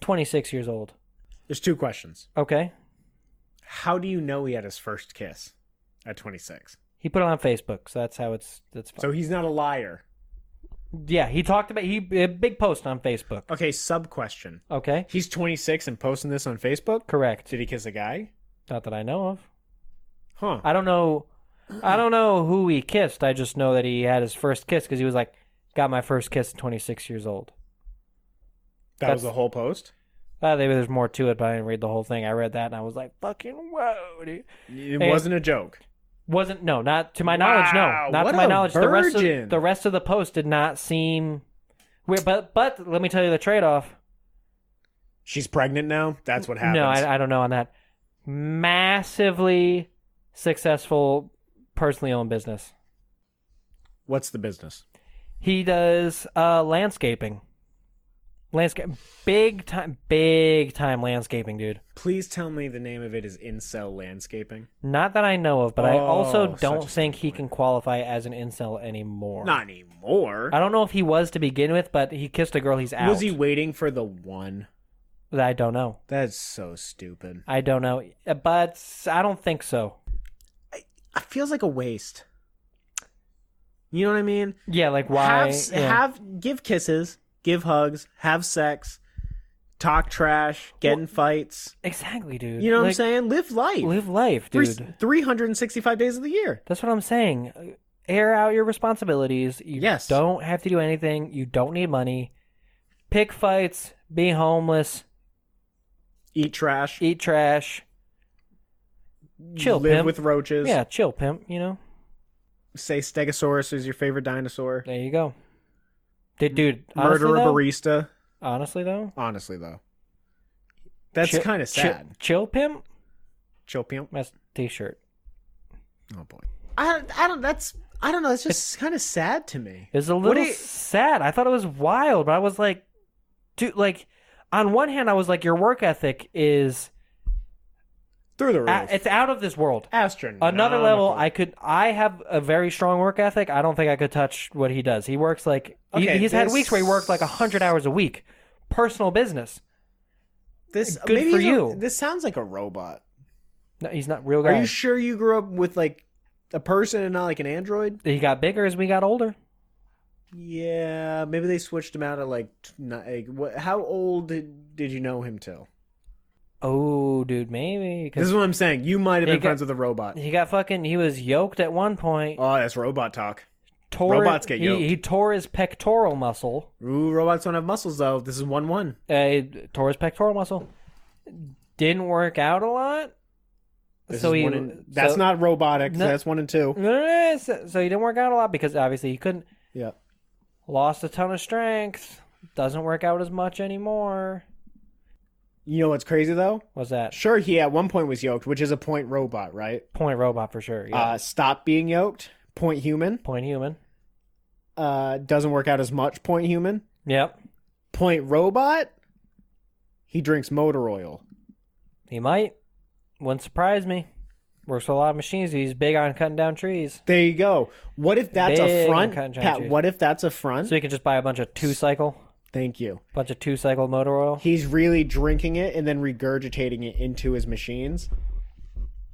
[SPEAKER 3] 26 years old.
[SPEAKER 4] There's two questions.
[SPEAKER 3] Okay.
[SPEAKER 4] How do you know he had his first kiss at 26?
[SPEAKER 3] He put it on Facebook, so that's how it's that's fine.
[SPEAKER 4] So he's not a liar.
[SPEAKER 3] Yeah, he talked about he a big post on Facebook.
[SPEAKER 4] Okay, sub question.
[SPEAKER 3] Okay,
[SPEAKER 4] He's 26 and posting this on Facebook.
[SPEAKER 3] correct.
[SPEAKER 4] Did he kiss a guy?
[SPEAKER 3] Not that I know of.
[SPEAKER 4] Huh.
[SPEAKER 3] I don't know. I don't know who he kissed. I just know that he had his first kiss because he was like, "Got my first kiss at 26 years old."
[SPEAKER 4] that was
[SPEAKER 3] that's-
[SPEAKER 4] the whole post.
[SPEAKER 3] Uh, maybe there's more to it, but I didn't read the whole thing. I read that and I was like, "Fucking whoa!" Dude.
[SPEAKER 4] It
[SPEAKER 3] Hey.
[SPEAKER 4] wasn't a joke.
[SPEAKER 3] Wasn't no, not to my knowledge,
[SPEAKER 4] Wow,
[SPEAKER 3] no, not
[SPEAKER 4] what
[SPEAKER 3] to my
[SPEAKER 4] a
[SPEAKER 3] knowledge. The rest
[SPEAKER 4] virgin.
[SPEAKER 3] of the rest of the post did not seem weird, but but let me tell you the trade-off.
[SPEAKER 4] She's pregnant now. That's what happens.
[SPEAKER 3] No, I, I don't know on that. Massively successful, personally owned business.
[SPEAKER 4] What's the business?
[SPEAKER 3] He does uh, landscaping. Landscape, big time, big time landscaping, dude.
[SPEAKER 4] Please tell me the name of it is Incel Landscaping.
[SPEAKER 3] Not that I know of, but I also
[SPEAKER 4] Oh, such a
[SPEAKER 3] don't think he
[SPEAKER 4] scumbag.
[SPEAKER 3] can qualify as an incel anymore.
[SPEAKER 4] Not anymore.
[SPEAKER 3] I don't know if he was to begin with, but he kissed a girl. He's out.
[SPEAKER 4] Was he waiting for the one?
[SPEAKER 3] I don't know.
[SPEAKER 4] That's so stupid.
[SPEAKER 3] I don't know, Uh, but I don't think so.
[SPEAKER 4] It feels like a waste. You know what I mean?
[SPEAKER 3] Yeah, like why?
[SPEAKER 4] Have, s-
[SPEAKER 3] yeah.
[SPEAKER 4] have give kisses, give hugs, have sex, talk trash, get in fights.
[SPEAKER 3] exactly, dude.
[SPEAKER 4] You know what I'm
[SPEAKER 3] Like,
[SPEAKER 4] saying? Live life.
[SPEAKER 3] Live life,
[SPEAKER 4] Three-
[SPEAKER 3] dude.
[SPEAKER 4] 365 days of the year.
[SPEAKER 3] That's what I'm saying. air out your responsibilities. You
[SPEAKER 4] Yes.
[SPEAKER 3] don't have to do anything. You don't need money. Pick fights, be homeless,
[SPEAKER 4] Eat trash.
[SPEAKER 3] eat trash. Chill,
[SPEAKER 4] live
[SPEAKER 3] pimp.
[SPEAKER 4] with roaches.
[SPEAKER 3] yeah, chill, pimp, you know?
[SPEAKER 4] Say Stegosaurus is your favorite dinosaur.
[SPEAKER 3] There you go. Did, dude, honestly,
[SPEAKER 4] Murder a
[SPEAKER 3] though,
[SPEAKER 4] barista.
[SPEAKER 3] honestly though,
[SPEAKER 4] Honestly, though, that's
[SPEAKER 3] chi-
[SPEAKER 4] kind of
[SPEAKER 3] chi-
[SPEAKER 4] sad.
[SPEAKER 3] chill pimp?
[SPEAKER 4] Chill pimp.
[SPEAKER 3] That's t shirt.
[SPEAKER 4] Oh boy. I I don't. That's I don't know. It's just kind of sad to me.
[SPEAKER 3] It's a
[SPEAKER 4] What
[SPEAKER 3] little
[SPEAKER 4] do you-
[SPEAKER 3] sad. I thought it was wild, but I was like, dude, like, on one hand, I was like, your work ethic is,
[SPEAKER 4] Through the roof.
[SPEAKER 3] a- it's out of this world.
[SPEAKER 4] astronaut.
[SPEAKER 3] Another level, I could, I have a very strong work ethic. I don't think I could touch what he does. He works like, he-
[SPEAKER 4] Okay,
[SPEAKER 3] he's had
[SPEAKER 4] this-
[SPEAKER 3] weeks where he worked like 100 hours a week. Personal business.
[SPEAKER 4] This
[SPEAKER 3] good
[SPEAKER 4] maybe
[SPEAKER 3] for
[SPEAKER 4] he's a-
[SPEAKER 3] you.
[SPEAKER 4] this sounds like a robot.
[SPEAKER 3] No, he's not real
[SPEAKER 4] Are
[SPEAKER 3] guy.
[SPEAKER 4] you sure you grew up with like a person and not like an android?
[SPEAKER 3] he got bigger as we got older.
[SPEAKER 4] Yeah, maybe they switched him out at like. t- Not, like what, how old did, did you know him till?
[SPEAKER 3] Oh, dude, maybe
[SPEAKER 4] This is
[SPEAKER 3] because
[SPEAKER 4] what I'm saying. You might have
[SPEAKER 3] He
[SPEAKER 4] been
[SPEAKER 3] got-
[SPEAKER 4] friends with a robot.
[SPEAKER 3] he got fucking. He was yoked at one point.
[SPEAKER 4] Oh, that's robot talk.
[SPEAKER 3] tore,
[SPEAKER 4] robots get
[SPEAKER 3] he,
[SPEAKER 4] yoked.
[SPEAKER 3] He tore his pectoral muscle.
[SPEAKER 4] Ooh, robots don't have muscles though. This is one one.
[SPEAKER 3] Uh, he tore his pectoral muscle. Didn't work out a lot.
[SPEAKER 4] This
[SPEAKER 3] so
[SPEAKER 4] is
[SPEAKER 3] he
[SPEAKER 4] one and- that's
[SPEAKER 3] so-
[SPEAKER 4] not robotic.
[SPEAKER 3] No.
[SPEAKER 4] That's one and two.
[SPEAKER 3] no, no, no, so, so he didn't work out a lot because obviously he couldn't.
[SPEAKER 4] Yeah.
[SPEAKER 3] Lost a ton of strength. Doesn't work out as much anymore.
[SPEAKER 4] You know what's crazy though?
[SPEAKER 3] Was that
[SPEAKER 4] Sure, he at one point was yoked, which is a point robot, right?
[SPEAKER 3] point robot for sure? Yeah.
[SPEAKER 4] Uh, stop being yoked. Point human.
[SPEAKER 3] point human.
[SPEAKER 4] Uh, doesn't work out as much. Point human.
[SPEAKER 3] Yep.
[SPEAKER 4] Point robot. He drinks motor oil.
[SPEAKER 3] He might. Wouldn't surprise me. Works with a lot of machines. He's big on cutting down trees.
[SPEAKER 4] There you go. What if that's a
[SPEAKER 3] Big
[SPEAKER 4] front,
[SPEAKER 3] country.
[SPEAKER 4] Pat? What if that's a front?
[SPEAKER 3] So he can just buy a bunch of two cycle,
[SPEAKER 4] Thank you.
[SPEAKER 3] bunch of two cycle motor oil.
[SPEAKER 4] He's really drinking it and then regurgitating it into his machines.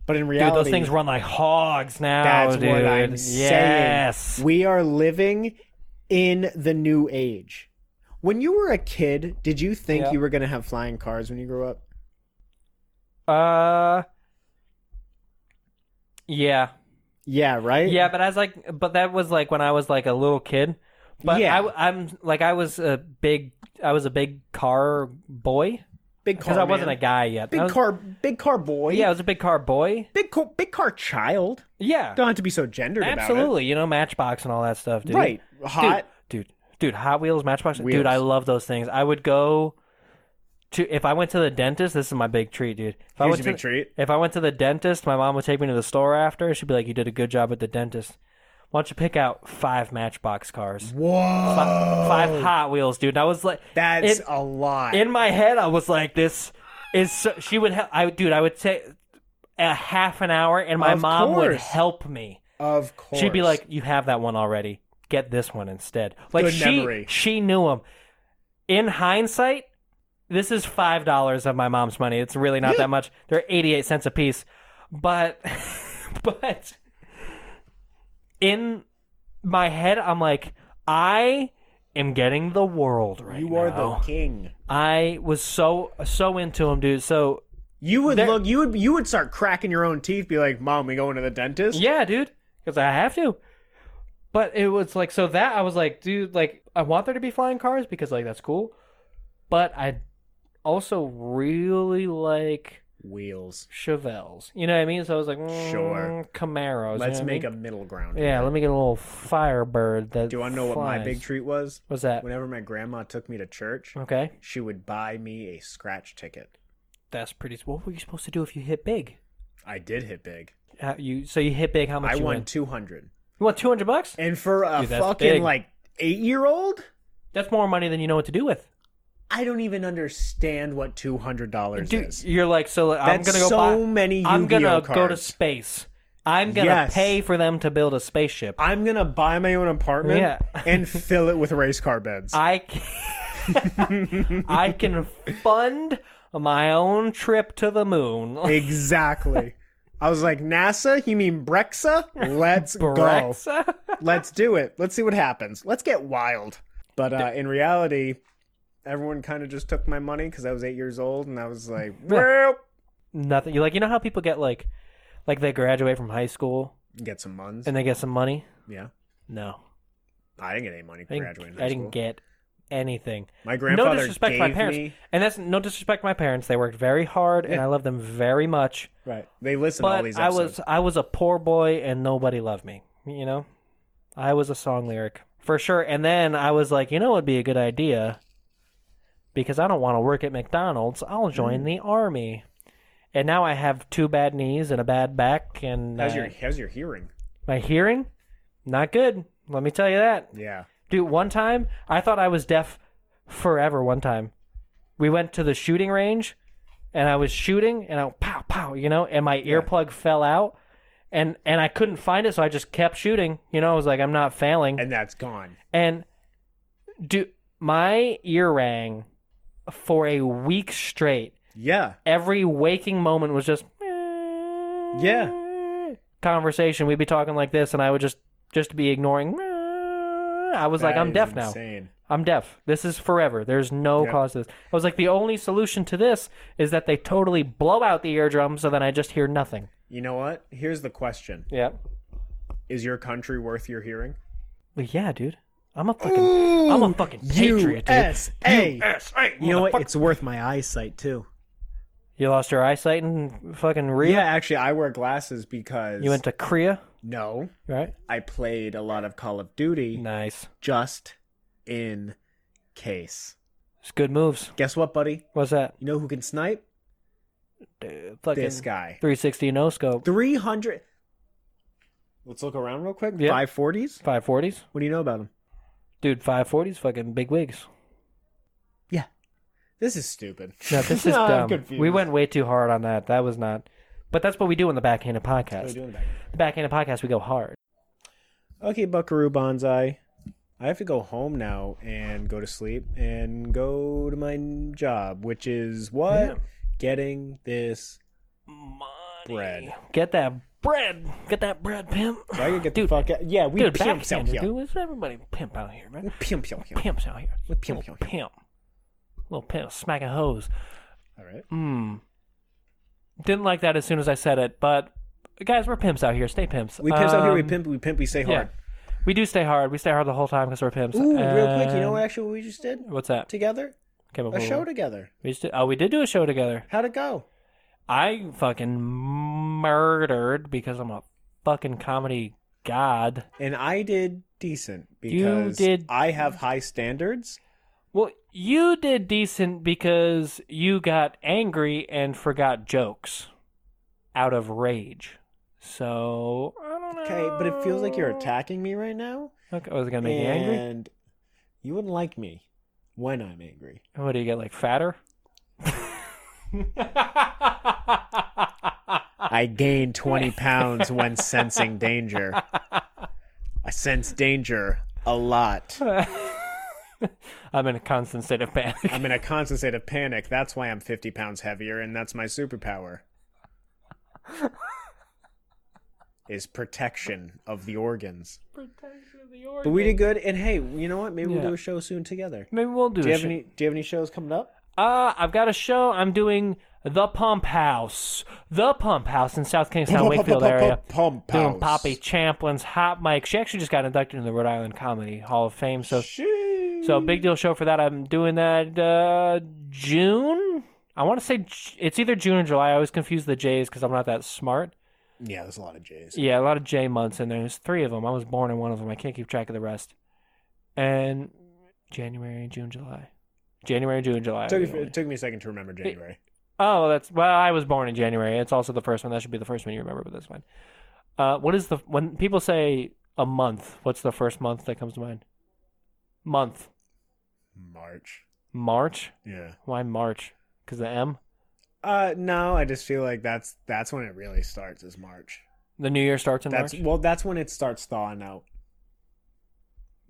[SPEAKER 4] But in
[SPEAKER 3] Dude,
[SPEAKER 4] reality,
[SPEAKER 3] those things run like hogs now.
[SPEAKER 4] That's
[SPEAKER 3] Oh, dude.
[SPEAKER 4] what I'm
[SPEAKER 3] yes.
[SPEAKER 4] saying. We are living in the new age. When you were a kid, did you think
[SPEAKER 3] Yeah.
[SPEAKER 4] you were going to have flying cars when you grew up?
[SPEAKER 3] Uh. Yeah.
[SPEAKER 4] Yeah, right?
[SPEAKER 3] Yeah, but I was like, but that was like when I was like a little kid. But
[SPEAKER 4] Yeah.
[SPEAKER 3] I, am like, I was a big, I was a big car boy
[SPEAKER 4] Big car.
[SPEAKER 3] because I wasn't a
[SPEAKER 4] man.
[SPEAKER 3] guy yet.
[SPEAKER 4] Big
[SPEAKER 3] I was-
[SPEAKER 4] car, big car boy.
[SPEAKER 3] Yeah, I was a big car boy.
[SPEAKER 4] Big car, big car child.
[SPEAKER 3] Yeah.
[SPEAKER 4] Don't have to be so gendered about
[SPEAKER 3] Absolutely, you know Matchbox and all that stuff,
[SPEAKER 4] it.
[SPEAKER 3] dude.
[SPEAKER 4] Right. Hot.
[SPEAKER 3] dude, dude, dude, Hot Wheels, Matchbox,
[SPEAKER 4] Wheels.
[SPEAKER 3] dude, I love those things. I would go to if I went to the dentist. This is my big treat, dude. If I
[SPEAKER 4] Here's
[SPEAKER 3] went
[SPEAKER 4] your
[SPEAKER 3] to
[SPEAKER 4] big
[SPEAKER 3] the-
[SPEAKER 4] treat.
[SPEAKER 3] If I went to the dentist, my mom would take me to the store after. She'd be like, "You did a good job at the dentist. Why don't you pick out five Matchbox cars,
[SPEAKER 4] Whoa. Oh.
[SPEAKER 3] five Hot Wheels, dude?" And I was like,
[SPEAKER 4] That's
[SPEAKER 3] in,
[SPEAKER 4] a lot.
[SPEAKER 3] in my head. I was like, "This is." So, she would, help. I dude, I would take a half an hour, and my
[SPEAKER 4] Of
[SPEAKER 3] mom would
[SPEAKER 4] course.
[SPEAKER 3] help me.
[SPEAKER 4] of course.
[SPEAKER 3] She'd be like, "You have that one already. Get this one instead." Like
[SPEAKER 4] Good
[SPEAKER 3] she
[SPEAKER 4] memory.
[SPEAKER 3] she knew him. In hindsight, this is five dollars of my mom's money. It's really not that much. They're eighty eight cents a piece, but but in my head, I'm like, I am getting the world right
[SPEAKER 4] you are
[SPEAKER 3] now.
[SPEAKER 4] the king.
[SPEAKER 3] I was so so into him, dude. So
[SPEAKER 4] You would
[SPEAKER 3] There-
[SPEAKER 4] look. You would. You would start cracking your own teeth. Be like, "Mom, we going to the dentist?"
[SPEAKER 3] Yeah, dude, because I have to. But it was like so that I was like, dude, like I want there to be flying cars because like that's cool, but I also really like
[SPEAKER 4] Wheels.
[SPEAKER 3] Chevelles. You know what I mean? So I was like, mm,
[SPEAKER 4] Sure.
[SPEAKER 3] Camaros. you
[SPEAKER 4] Let's
[SPEAKER 3] know what I
[SPEAKER 4] make
[SPEAKER 3] mean?
[SPEAKER 4] a middle ground.
[SPEAKER 3] Yeah, let me get a little Firebird. That
[SPEAKER 4] Do I know what my big
[SPEAKER 3] treat
[SPEAKER 4] treat was?
[SPEAKER 3] was that?
[SPEAKER 4] Whenever my grandma took me to church,
[SPEAKER 3] Okay,
[SPEAKER 4] she would buy me a scratch ticket.
[SPEAKER 3] that's pretty. What were you supposed to do if you hit big?
[SPEAKER 4] I did hit big.
[SPEAKER 3] How, you so you hit big? How much
[SPEAKER 4] I
[SPEAKER 3] you
[SPEAKER 4] won
[SPEAKER 3] win?
[SPEAKER 4] two hundred,
[SPEAKER 3] You won two hundred bucks?
[SPEAKER 4] and for a
[SPEAKER 3] Dude, that's
[SPEAKER 4] fucking
[SPEAKER 3] big.
[SPEAKER 4] like eight year old,
[SPEAKER 3] That's more money than you know what to do with.
[SPEAKER 4] I don't even understand what two hundred dollars
[SPEAKER 3] Dude,
[SPEAKER 4] is.
[SPEAKER 3] you're like, so I'm
[SPEAKER 4] That's
[SPEAKER 3] gonna go
[SPEAKER 4] so
[SPEAKER 3] buy.
[SPEAKER 4] many
[SPEAKER 3] I'm gonna
[SPEAKER 4] Yu-Gi-Oh
[SPEAKER 3] go to
[SPEAKER 4] cards.
[SPEAKER 3] space. I'm gonna
[SPEAKER 4] Yes.
[SPEAKER 3] pay for them to build a spaceship.
[SPEAKER 4] I'm gonna buy my own apartment
[SPEAKER 3] Yeah.
[SPEAKER 4] and fill it with race car beds.
[SPEAKER 3] I can, I can fund my own trip to the moon.
[SPEAKER 4] exactly. I was like, NASA? You mean Brexa? Let's go.
[SPEAKER 3] Brexa?
[SPEAKER 4] Let's do it. Let's see what happens. Let's get wild. But uh, in reality, everyone kind of just took my money because I was eight years old, and I was like, "Well,
[SPEAKER 3] Nothing. You like you know how people get like like they graduate from high school
[SPEAKER 4] Get some muns.
[SPEAKER 3] and they get some money.
[SPEAKER 4] yeah.
[SPEAKER 3] No,
[SPEAKER 4] I didn't get any money
[SPEAKER 3] I
[SPEAKER 4] for graduating
[SPEAKER 3] didn't,
[SPEAKER 4] high
[SPEAKER 3] I
[SPEAKER 4] school.
[SPEAKER 3] didn't get anything.
[SPEAKER 4] my
[SPEAKER 3] No
[SPEAKER 4] grandfather
[SPEAKER 3] disrespect to
[SPEAKER 4] gave
[SPEAKER 3] my parents,
[SPEAKER 4] me
[SPEAKER 3] and that's no disrespect to my parents. They worked very hard, and
[SPEAKER 4] Yeah.
[SPEAKER 3] I love them very much.
[SPEAKER 4] right. They listen to all
[SPEAKER 3] But
[SPEAKER 4] these
[SPEAKER 3] I
[SPEAKER 4] episodes.
[SPEAKER 3] was I was a poor boy, and nobody loved me. You know, I was a song lyric for sure. And then I was like, you know, it'd be a good idea because I don't want to work at McDonald's. I'll
[SPEAKER 4] Mm.
[SPEAKER 3] join the army. And now I have two bad knees and a bad back, and
[SPEAKER 4] How's
[SPEAKER 3] uh,
[SPEAKER 4] your how's your hearing?
[SPEAKER 3] my hearing, not good. Let me tell you that.
[SPEAKER 4] Yeah.
[SPEAKER 3] Dude, one time I thought I was deaf forever. One time, we went to the shooting range, and I was shooting, and I pow pow, you know, and my earplug fell out, and and I couldn't find it, so I just kept shooting. You know, I was like, I'm not failing,
[SPEAKER 4] And that's gone.
[SPEAKER 3] and do my ear rang for a week straight.
[SPEAKER 4] Yeah.
[SPEAKER 3] Every waking moment was just
[SPEAKER 4] Yeah.
[SPEAKER 3] conversation. We'd be talking like this, and I would just just be ignoring. I was like,
[SPEAKER 4] That
[SPEAKER 3] I'm
[SPEAKER 4] is
[SPEAKER 3] deaf now.
[SPEAKER 4] insane.
[SPEAKER 3] I'm deaf. This is forever. There's no
[SPEAKER 4] Yeah.
[SPEAKER 3] cause to this. I was like, the only solution to this is that they totally blow out the eardrum so then I just hear nothing.
[SPEAKER 4] You know what? Here's the question.
[SPEAKER 3] Yeah.
[SPEAKER 4] Is your country worth your hearing?
[SPEAKER 3] But yeah, dude. I'm a fucking I'm a fucking patriot, dude.
[SPEAKER 4] USA.
[SPEAKER 3] USA,
[SPEAKER 4] You know what?
[SPEAKER 3] motherfucker.
[SPEAKER 4] It's worth my eyesight too.
[SPEAKER 3] You lost your eyesight in fucking Rio?
[SPEAKER 4] Yeah, actually, I wear glasses because
[SPEAKER 3] You went to Korea,
[SPEAKER 4] no,
[SPEAKER 3] right?
[SPEAKER 4] I played a lot of Call of Duty
[SPEAKER 3] Nice.
[SPEAKER 4] just in case.
[SPEAKER 3] It's good moves.
[SPEAKER 4] Guess what, buddy?
[SPEAKER 3] What's that?
[SPEAKER 4] You know who can snipe?
[SPEAKER 3] D- fucking
[SPEAKER 4] This guy.
[SPEAKER 3] 360 no scope.
[SPEAKER 4] Three hundred. Let's look around real quick.
[SPEAKER 3] Yeah.
[SPEAKER 4] Five forties.
[SPEAKER 3] 540s?
[SPEAKER 4] What do you know about him?
[SPEAKER 3] Dude, 540s fucking big wigs.
[SPEAKER 4] Yeah. This is stupid.
[SPEAKER 3] No, this is
[SPEAKER 4] I'm
[SPEAKER 3] dumb.
[SPEAKER 4] confused.
[SPEAKER 3] We went way too hard on that. That was not. But that's what we do in the backhanded
[SPEAKER 4] What are we
[SPEAKER 3] podcast.
[SPEAKER 4] doing back here?
[SPEAKER 3] The backhanded podcast, we go hard.
[SPEAKER 4] Okay, Buckaroo Banzai. I have to go home now and go to sleep and go to my n- job, which is what?
[SPEAKER 3] Yeah.
[SPEAKER 4] Getting this.
[SPEAKER 3] Money.
[SPEAKER 4] Bread.
[SPEAKER 3] Get that bread. Get that bread, pimp.
[SPEAKER 4] So I can get the
[SPEAKER 3] Dude,
[SPEAKER 4] fuck out. Yeah, we
[SPEAKER 3] dude,
[SPEAKER 4] pimps out
[SPEAKER 3] backhanded,
[SPEAKER 4] here.
[SPEAKER 3] dude. It's everybody pimp out here, man.
[SPEAKER 4] Pimp, pimp, pimp.
[SPEAKER 3] Pimps out here.
[SPEAKER 4] We're pimp,
[SPEAKER 3] Little
[SPEAKER 4] pimp, pimp.
[SPEAKER 3] pimp. Little pimp smacking hoes.
[SPEAKER 4] All right.
[SPEAKER 3] Mmm. Didn't like that as soon as I said it, but guys, we're pimps out here. Stay pimps.
[SPEAKER 4] We pimps out here. We
[SPEAKER 3] Um,
[SPEAKER 4] pimp. We pimp. We stay
[SPEAKER 3] Yeah.
[SPEAKER 4] hard.
[SPEAKER 3] We do stay hard. We stay hard the whole time because we're pimps.
[SPEAKER 4] Ooh, real quick. You know what?
[SPEAKER 3] And-
[SPEAKER 4] Actually, what we just did
[SPEAKER 3] What's that?
[SPEAKER 4] together
[SPEAKER 3] Came up
[SPEAKER 4] a
[SPEAKER 3] with
[SPEAKER 4] show together.
[SPEAKER 3] We just did, oh, we did do a show together.
[SPEAKER 4] How'd it go?
[SPEAKER 3] I fucking murdered because I'm a fucking comedy god.
[SPEAKER 4] And I did decent because
[SPEAKER 3] did-
[SPEAKER 4] I have high standards.
[SPEAKER 3] Well, you did decent because you got angry and forgot jokes out of rage. So I don't know.
[SPEAKER 4] Okay, but it feels like
[SPEAKER 3] Oh.
[SPEAKER 4] you're attacking me right now.
[SPEAKER 3] Okay, was it gonna make you angry?
[SPEAKER 4] And you wouldn't like me when I'm angry.
[SPEAKER 3] What do you get? Like fatter?
[SPEAKER 4] I gain 20 pounds when sensing danger. I sense danger a lot.
[SPEAKER 3] I'm in a constant state of panic.
[SPEAKER 4] I'm in a constant state of panic. That's why I'm 50 pounds heavier, and that's my superpower. Is protection of the organs. But we did good, and hey, you know what? Maybe
[SPEAKER 3] Yeah.
[SPEAKER 4] we'll do a show soon together.
[SPEAKER 3] Maybe we'll do.
[SPEAKER 4] Do you
[SPEAKER 3] a
[SPEAKER 4] have
[SPEAKER 3] show.
[SPEAKER 4] any? Do you have any shows coming up?
[SPEAKER 3] Uh, I've got a show. I'm doing the Pump House, the Pump House in South Kingstown, Wakefield area.
[SPEAKER 4] Pump
[SPEAKER 3] Doing Poppy Champlin's Hot Mic. She actually just got inducted into the Rhode Island Comedy Hall of Fame. So, so big deal show for that. I'm doing that uh, June. I want to say J- it's either June or July. I always confuse the J's because I'm not that smart.
[SPEAKER 4] Yeah, there's a lot of J's.
[SPEAKER 3] Yeah, a lot of J months in there. There's three of them. I was born in one of them. I can't keep track of the rest. And January, June, July. January, June, July.
[SPEAKER 4] It took,
[SPEAKER 3] really.
[SPEAKER 4] it took me a second to remember January.
[SPEAKER 3] Oh, well, that's well. I was born in January. It's also the first one. That should be the first one you remember, but that's fine. Uh, what is the when people say a month? What's the first month that comes to mind? Month
[SPEAKER 4] March.
[SPEAKER 3] March.
[SPEAKER 4] Yeah.
[SPEAKER 3] Why March? Because the M.
[SPEAKER 4] Uh, no, I just feel like that's that's when it really starts is March.
[SPEAKER 3] The new year starts in
[SPEAKER 4] That's
[SPEAKER 3] March.
[SPEAKER 4] well, that's when it starts thawing out.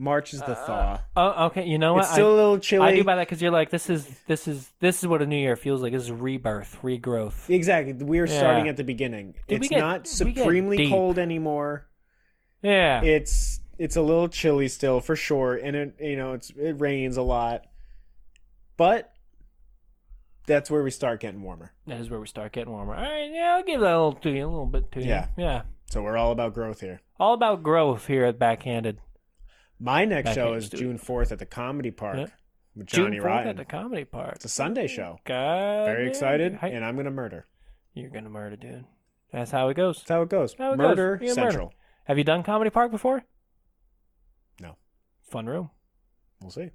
[SPEAKER 4] March is the thaw.
[SPEAKER 3] Oh, okay. You know what?
[SPEAKER 4] It's still a little
[SPEAKER 3] I,
[SPEAKER 4] chilly.
[SPEAKER 3] I do buy that because you're like, this is this is this is what a new year feels like. This is rebirth, regrowth.
[SPEAKER 4] exactly. We are
[SPEAKER 3] Yeah.
[SPEAKER 4] starting at the beginning.
[SPEAKER 3] Dude, we
[SPEAKER 4] it's
[SPEAKER 3] get-
[SPEAKER 4] not
[SPEAKER 3] we get
[SPEAKER 4] supremely
[SPEAKER 3] deep.
[SPEAKER 4] cold anymore.
[SPEAKER 3] Yeah.
[SPEAKER 4] It's it's a little chilly still for sure, and it you know it's it rains a lot, but that's where we start getting warmer.
[SPEAKER 3] That is where we start getting warmer. All right, yeah, I'll give that a little to you, a little bit to you.
[SPEAKER 4] Yeah.
[SPEAKER 3] yeah.
[SPEAKER 4] So we're all about growth here.
[SPEAKER 3] All about growth here at Backhanded.
[SPEAKER 4] My next
[SPEAKER 3] Back
[SPEAKER 4] show
[SPEAKER 3] at
[SPEAKER 4] is
[SPEAKER 3] Stu-
[SPEAKER 4] June 4th at the Comedy Park
[SPEAKER 3] Yeah.
[SPEAKER 4] with
[SPEAKER 3] June
[SPEAKER 4] Johnny
[SPEAKER 3] 4th
[SPEAKER 4] Rotten.
[SPEAKER 3] at the comedy park.
[SPEAKER 4] It's a Sunday show.
[SPEAKER 3] God
[SPEAKER 4] Very
[SPEAKER 3] damn.
[SPEAKER 4] excited,
[SPEAKER 3] Hey,
[SPEAKER 4] and I'm gonna murder.
[SPEAKER 3] You're gonna murder, dude. That's how it goes.
[SPEAKER 4] That's how it goes.
[SPEAKER 3] How it goes.
[SPEAKER 4] murder
[SPEAKER 3] You're gonna murder.
[SPEAKER 4] Central.
[SPEAKER 3] Have you done comedy park before?
[SPEAKER 4] No.
[SPEAKER 3] Fun room.
[SPEAKER 4] We'll see.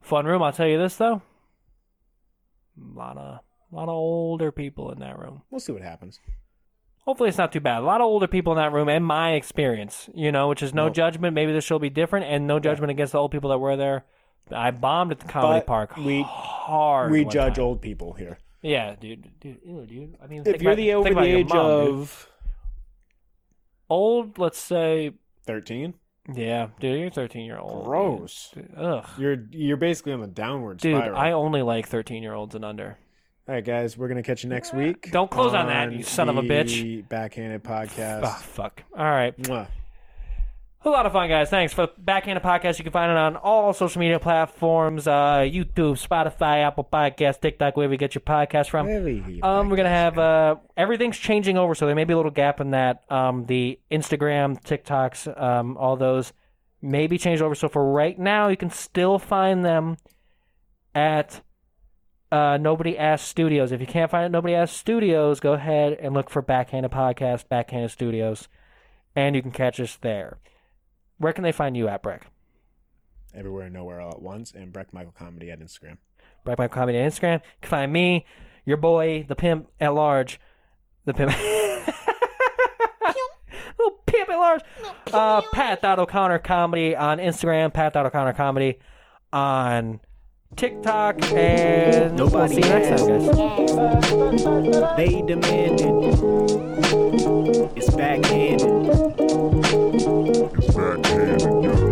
[SPEAKER 3] Fun room. I'll tell you this though. A lot of lot of older people in that room.
[SPEAKER 4] We'll see what happens.
[SPEAKER 3] Hopefully it's not too bad. A lot of older people in that room, and my experience, you know, which is no
[SPEAKER 4] Nope.
[SPEAKER 3] judgment. Maybe this show will be different, and no judgment against the old people that were there. I bombed at the comedy
[SPEAKER 4] But
[SPEAKER 3] park.
[SPEAKER 4] we-
[SPEAKER 3] hard.
[SPEAKER 4] we
[SPEAKER 3] one
[SPEAKER 4] judge
[SPEAKER 3] time.
[SPEAKER 4] old people here.
[SPEAKER 3] Yeah, dude, dude, ew, dude. I mean,
[SPEAKER 4] If
[SPEAKER 3] think
[SPEAKER 4] you're
[SPEAKER 3] about-
[SPEAKER 4] the
[SPEAKER 3] think
[SPEAKER 4] over the
[SPEAKER 3] about your
[SPEAKER 4] age
[SPEAKER 3] mom, dude.
[SPEAKER 4] of
[SPEAKER 3] old, let's say,
[SPEAKER 4] 13,
[SPEAKER 3] yeah, dude, you're 13 year old. dude.
[SPEAKER 4] Gross.
[SPEAKER 3] Ugh,
[SPEAKER 4] you're you're basically on the downward
[SPEAKER 3] dude,
[SPEAKER 4] spiral.
[SPEAKER 3] I only like 13 year olds and under.
[SPEAKER 4] All right, guys, we're gonna catch you next week.
[SPEAKER 3] Ah, Don't close on that, you son of a bitch.
[SPEAKER 4] the Backhanded podcast.
[SPEAKER 3] Ah, fuck. All right.
[SPEAKER 4] Mwah.
[SPEAKER 3] A lot of fun, guys. Thanks for Backhanded Podcast. You can find it on all social media platforms uh, YouTube, Spotify, Apple Podcasts, TikTok, wherever you get your podcast from. Um, we're gonna have uh, everything's changing over, so there may be a little gap in that. Um, the Instagram, TikToks, um, all those may be changed over. So for right now, you can still find them at uh, Nobody Asked Studios. If you can't find it, at Nobody Asked Studios, go ahead and look for Backhanded Podcast, Backhanded Studios, and you can catch us there. Where can they find you at, Breck?
[SPEAKER 4] everywhere and nowhere all at once, and Breck Michael Comedy at Instagram.
[SPEAKER 3] Breck by Comedy on Instagram. You can find me, your boy, the pimp at large. The pimp. Little pimp at large. Uh, Pat Dot O'Connor Comedy on Instagram. Pat Dot O'Connor Comedy on TikTok. And
[SPEAKER 1] Nobody
[SPEAKER 3] we'll see you next time, guys.
[SPEAKER 1] They demand it. It's backhanded.
[SPEAKER 2] It's backhanded, yo.